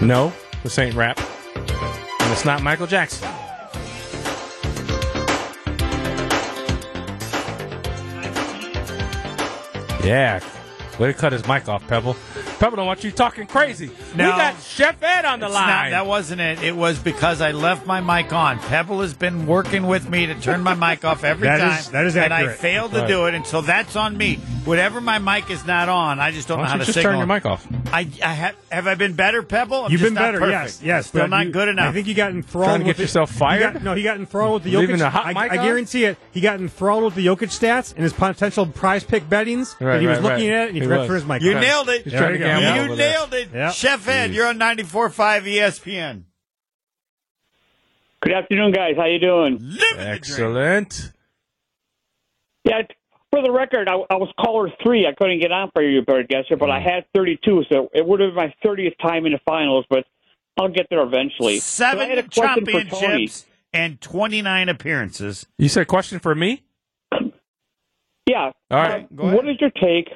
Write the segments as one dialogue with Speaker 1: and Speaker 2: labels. Speaker 1: No, this ain't rap. And it's not Michael Jackson. Yeah. Way to cut his mic off, Pebble. Pebble don't want you talking crazy. we
Speaker 2: No.
Speaker 1: got Chef Ed on the
Speaker 2: It's
Speaker 1: line.
Speaker 2: not- that wasn't it. It was because I left my mic on. Pebble has been working with me to turn my mic off every
Speaker 3: That
Speaker 2: time.
Speaker 3: is- that is
Speaker 2: and I
Speaker 3: accurate.
Speaker 2: failed to
Speaker 1: Right.
Speaker 2: do it, and so that's on me. Whatever my mic is not on, I just don't
Speaker 1: Why
Speaker 2: know
Speaker 1: don't
Speaker 2: how
Speaker 1: you
Speaker 2: to
Speaker 1: just
Speaker 2: signal.
Speaker 1: turn your mic off?
Speaker 2: I, I have. Have I been better, Pebble? I'm
Speaker 3: You've
Speaker 2: just
Speaker 3: been
Speaker 2: not
Speaker 3: better,
Speaker 2: perfect.
Speaker 3: yes, yes.
Speaker 2: Still
Speaker 3: but
Speaker 2: not
Speaker 3: you-
Speaker 2: good enough.
Speaker 3: I think you got enthralled.
Speaker 1: Trying to
Speaker 3: with
Speaker 1: get
Speaker 3: the-
Speaker 1: yourself
Speaker 3: he
Speaker 1: fired?
Speaker 3: got- no, he got enthralled with the
Speaker 1: Leaving
Speaker 3: Jokic.
Speaker 1: the hot
Speaker 3: I,
Speaker 1: mic
Speaker 3: I
Speaker 1: on?
Speaker 3: guarantee it. He got enthralled with the Jokic stats and his potential prize pick bettings.
Speaker 1: Right,
Speaker 3: and he was
Speaker 1: right,
Speaker 3: looking
Speaker 1: right.
Speaker 3: at it and he,
Speaker 1: He
Speaker 3: read
Speaker 1: was.
Speaker 3: for his mic.
Speaker 2: you
Speaker 3: card.
Speaker 2: nailed it.
Speaker 1: He's
Speaker 3: There
Speaker 1: trying
Speaker 3: you
Speaker 1: to
Speaker 3: go.
Speaker 1: gamble
Speaker 2: You
Speaker 1: over there.
Speaker 2: nailed it,
Speaker 3: Yep.
Speaker 2: Chef Ed. You're on 94.5 ESPN.
Speaker 4: Good afternoon, guys. How you doing?
Speaker 2: Living the dream.
Speaker 1: Excellent.
Speaker 4: Yeah, for the record, I, I was caller three. I couldn't get on for you, Bird Guesser, but I had 32, so it would have been my 30th time in the finals, but I'll get there eventually. But I had a
Speaker 2: Seven
Speaker 4: question for Tony.
Speaker 2: championships and 29 appearances.
Speaker 1: You said question for me?
Speaker 4: Yeah. Uh,
Speaker 1: All right.
Speaker 2: Go ahead.
Speaker 4: What is your take?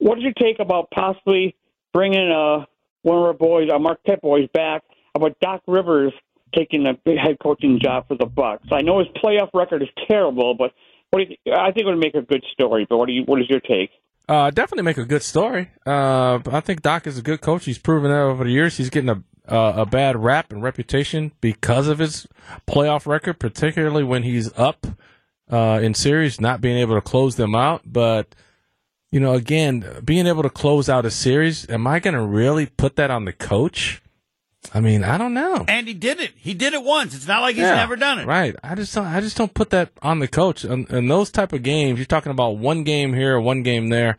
Speaker 4: What is your take about possibly bringing uh, one of our boys, our Marquette boys, back about Doc Rivers taking the big head coaching job for the Bucks? I know his playoff record is terrible, but what do you, I think it would make a good story. But what do you? What is your take?
Speaker 1: Uh, definitely make a good story. Uh, I think Doc is a good coach. He's proven that over the years. He's getting a uh, a bad rap and reputation because of his playoff record, particularly when he's up uh, in series, not being able to close them out. But you know, again, being able to close out a series, am I going to really put that on the coach? I mean, I don't know.
Speaker 2: And he did it. He did it once. It's not like he's
Speaker 1: Yeah,
Speaker 2: never done it.
Speaker 1: Right. I just don't. I just don't put that on the coach. In, in those type of games, you're talking about one game here, one game there.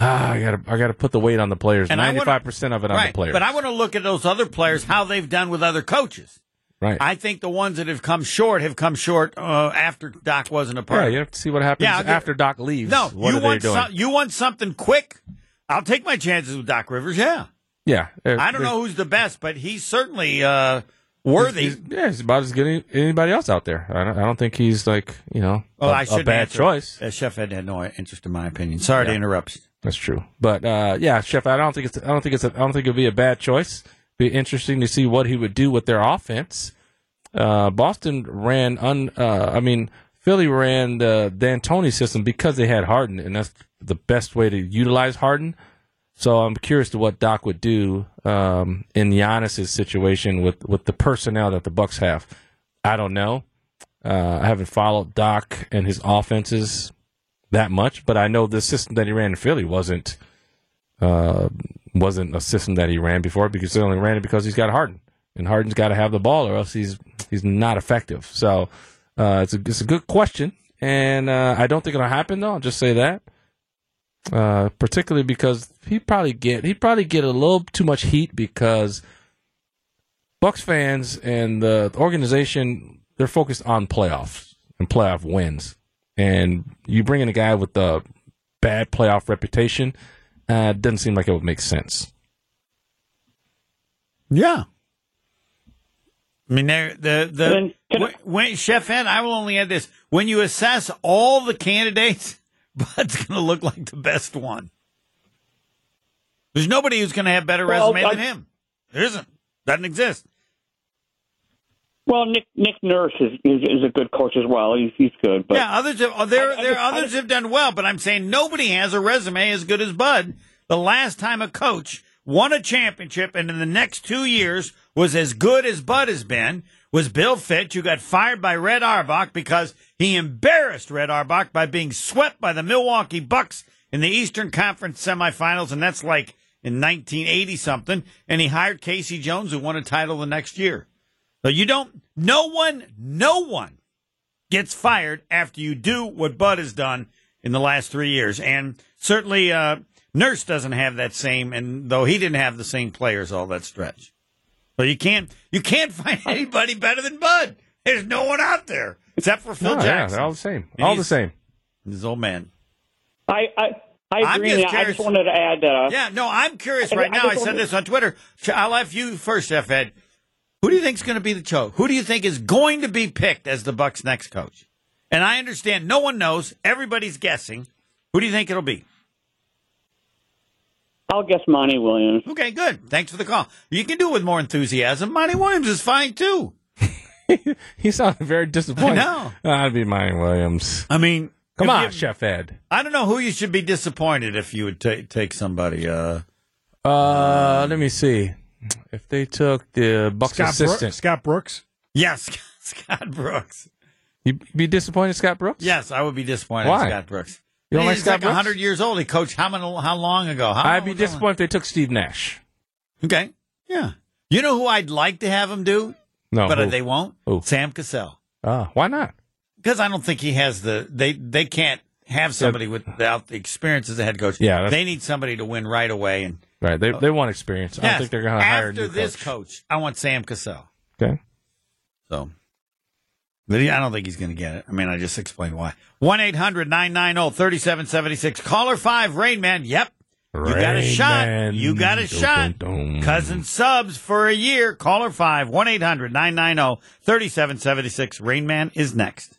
Speaker 1: Ah, I gotta, I gotta put the weight on the players.
Speaker 2: And I wanna-
Speaker 1: Ninety-five percent of it on
Speaker 2: right.
Speaker 1: the players.
Speaker 2: But I want to look at those other players, how they've done with other coaches.
Speaker 1: right.
Speaker 2: I think the ones that have come short have come short uh, after Doc wasn't a part.
Speaker 1: yeah,
Speaker 2: of it.
Speaker 1: you have to see what happens
Speaker 2: Yeah, I'll get-
Speaker 1: after Doc leaves.
Speaker 2: No,
Speaker 1: what
Speaker 2: you
Speaker 1: are
Speaker 2: want
Speaker 1: they doing?
Speaker 2: some- you want something quick. I'll take my chances with Doc Rivers. Yeah,
Speaker 1: yeah,
Speaker 2: I don't know who's the best, but he's certainly uh, worthy.
Speaker 1: He's, yeah, he's about as good as anybody else out there. I don't, I don't think he's like you know
Speaker 2: Oh,
Speaker 1: a-
Speaker 2: I
Speaker 1: a
Speaker 2: shouldn't
Speaker 1: bad
Speaker 2: answer.
Speaker 1: choice.
Speaker 2: Uh, Chef Ed had no interest in my opinion. Sorry to interrupt. you.
Speaker 1: That's true. But uh, yeah, Chef, I don't think it's I don't think it's a, I don't think it'd be a bad choice. Be interesting to see what he would do with their offense. Uh, Boston ran un uh, I mean Philly ran the D'Antoni system because they had Harden, and that's the best way to utilize Harden. So I'm curious to what Doc would do um, in Giannis's situation with with the personnel that the Bucks have. I don't know. Uh, I haven't followed Doc and his offenses that much, but I know the system that he ran in Philly wasn't uh, wasn't a system that he ran before because he only ran it because he's got Harden, and Harden's got to have the ball or else he's he's not effective. So uh, it's a it's a good question, and uh, I don't think it'll happen though. I'll just say that. Uh, particularly because he probably get he probably get a little too much heat because Bucks fans and the organization they're focused on playoffs and playoff wins. And you bring in a guy with a bad playoff reputation, uh, it doesn't seem like it would make sense.
Speaker 2: Yeah. I mean, there the the
Speaker 4: And then can I-
Speaker 2: when, when- Chef Ed, I will only add this: when you assess all the candidates, Bud's going to look like the best one. There's nobody who's going to have better
Speaker 4: Well,
Speaker 2: resume
Speaker 4: I-
Speaker 2: than him. There isn't. Doesn't exist.
Speaker 4: Well, Nick Nick Nurse is is, is a good coach as well. He's he's good, but
Speaker 2: yeah, others have. oh, There,
Speaker 4: I- I
Speaker 2: there,
Speaker 4: just- I
Speaker 2: others
Speaker 4: just-
Speaker 2: have done well, but I'm saying nobody has a resume as good as Bud. The last time a coach won a championship, and in the next two years was as good as Bud has been, was Bill Fitch, who got fired by Red Arbach because he embarrassed Red Arbach by being swept by the Milwaukee Bucks in the Eastern Conference semifinals, and that's like in 1980 something. And he hired Casey Jones, who won a title the next year. So you don't. No one. No one gets fired after you do what Bud has done in the last three years. And certainly, uh, Nurse doesn't have that same, and though he didn't have the same players all that stretch. So you can't you can't find anybody better than Bud. There's no one out there except for Phil
Speaker 1: No, Oh, yeah,
Speaker 2: Jackson.
Speaker 1: they're all the same.
Speaker 2: And
Speaker 1: all the
Speaker 2: he's-
Speaker 1: same.
Speaker 2: His old man.
Speaker 4: I I I
Speaker 2: I'm
Speaker 4: agree.
Speaker 2: just
Speaker 4: and I
Speaker 2: curious.
Speaker 4: just wanted to add. Uh,
Speaker 2: Yeah, no, I'm curious
Speaker 4: I-
Speaker 2: right
Speaker 4: I
Speaker 2: now.
Speaker 4: just
Speaker 2: I said
Speaker 4: wanted-
Speaker 2: this on Twitter. Ch- I'll ask you first, F. Ed. Who do you think's going to be the coach? Who do you think is going to be picked as the Bucks' next coach? And I understand no one knows. Everybody's guessing. Who do you think it'll be?
Speaker 4: I'll guess Monty Williams.
Speaker 2: Okay, good. Thanks for the call. You can do it with more enthusiasm. Monty Williams is fine too.
Speaker 1: He sounded very disappointed.
Speaker 2: I
Speaker 1: know. I'd be Monty Williams.
Speaker 2: I mean,
Speaker 1: Come
Speaker 2: if
Speaker 1: on,
Speaker 2: you-
Speaker 1: Chef Ed.
Speaker 2: I don't know who you should be disappointed if you would ta take somebody. Uh,
Speaker 1: Uh, let me see. If they took the Bucks
Speaker 3: Scott, Bro-
Speaker 1: assistant,
Speaker 3: Scott Brooks.
Speaker 2: yes, Scott Brooks.
Speaker 1: you be disappointed, Scott Brooks.
Speaker 2: Yes, I would be disappointed
Speaker 1: Why?
Speaker 2: in Scott Brooks.
Speaker 1: You don't like
Speaker 2: He's
Speaker 1: Scott
Speaker 2: like
Speaker 1: Brooks?
Speaker 2: 100 years old. He coached how many, how long ago? How
Speaker 1: I'd
Speaker 2: long
Speaker 1: be
Speaker 2: was that
Speaker 1: disappointed if they took Steve Nash.
Speaker 2: one? Okay. Yeah. You know who I'd like to have him do,
Speaker 1: No,
Speaker 2: but
Speaker 1: Uh, who?
Speaker 2: they won't?
Speaker 1: Who?
Speaker 2: Sam Cassell.
Speaker 1: Ah, why not?
Speaker 2: Because I don't think he has the they they can't have somebody without the experience as a head coach.
Speaker 1: Yeah, that's-
Speaker 2: they need somebody to win right away. And
Speaker 1: Right, they they want experience. I don't think they're going to hire a
Speaker 2: Oh. after
Speaker 1: new
Speaker 2: this
Speaker 1: coach.
Speaker 2: I want Sam Cassell.
Speaker 1: Okay,
Speaker 2: So, but he, I don't think he's going to get it. I mean, I just explained why. One 3776 Caller five, Rain Man. Yep, you got a
Speaker 1: Rain
Speaker 2: shot.
Speaker 1: Man.
Speaker 2: You got a
Speaker 1: Dun,
Speaker 2: shot.
Speaker 1: dun, dun.
Speaker 2: Cousin subs for a year. Caller 5 1 800 990 3776. Rain Man is next.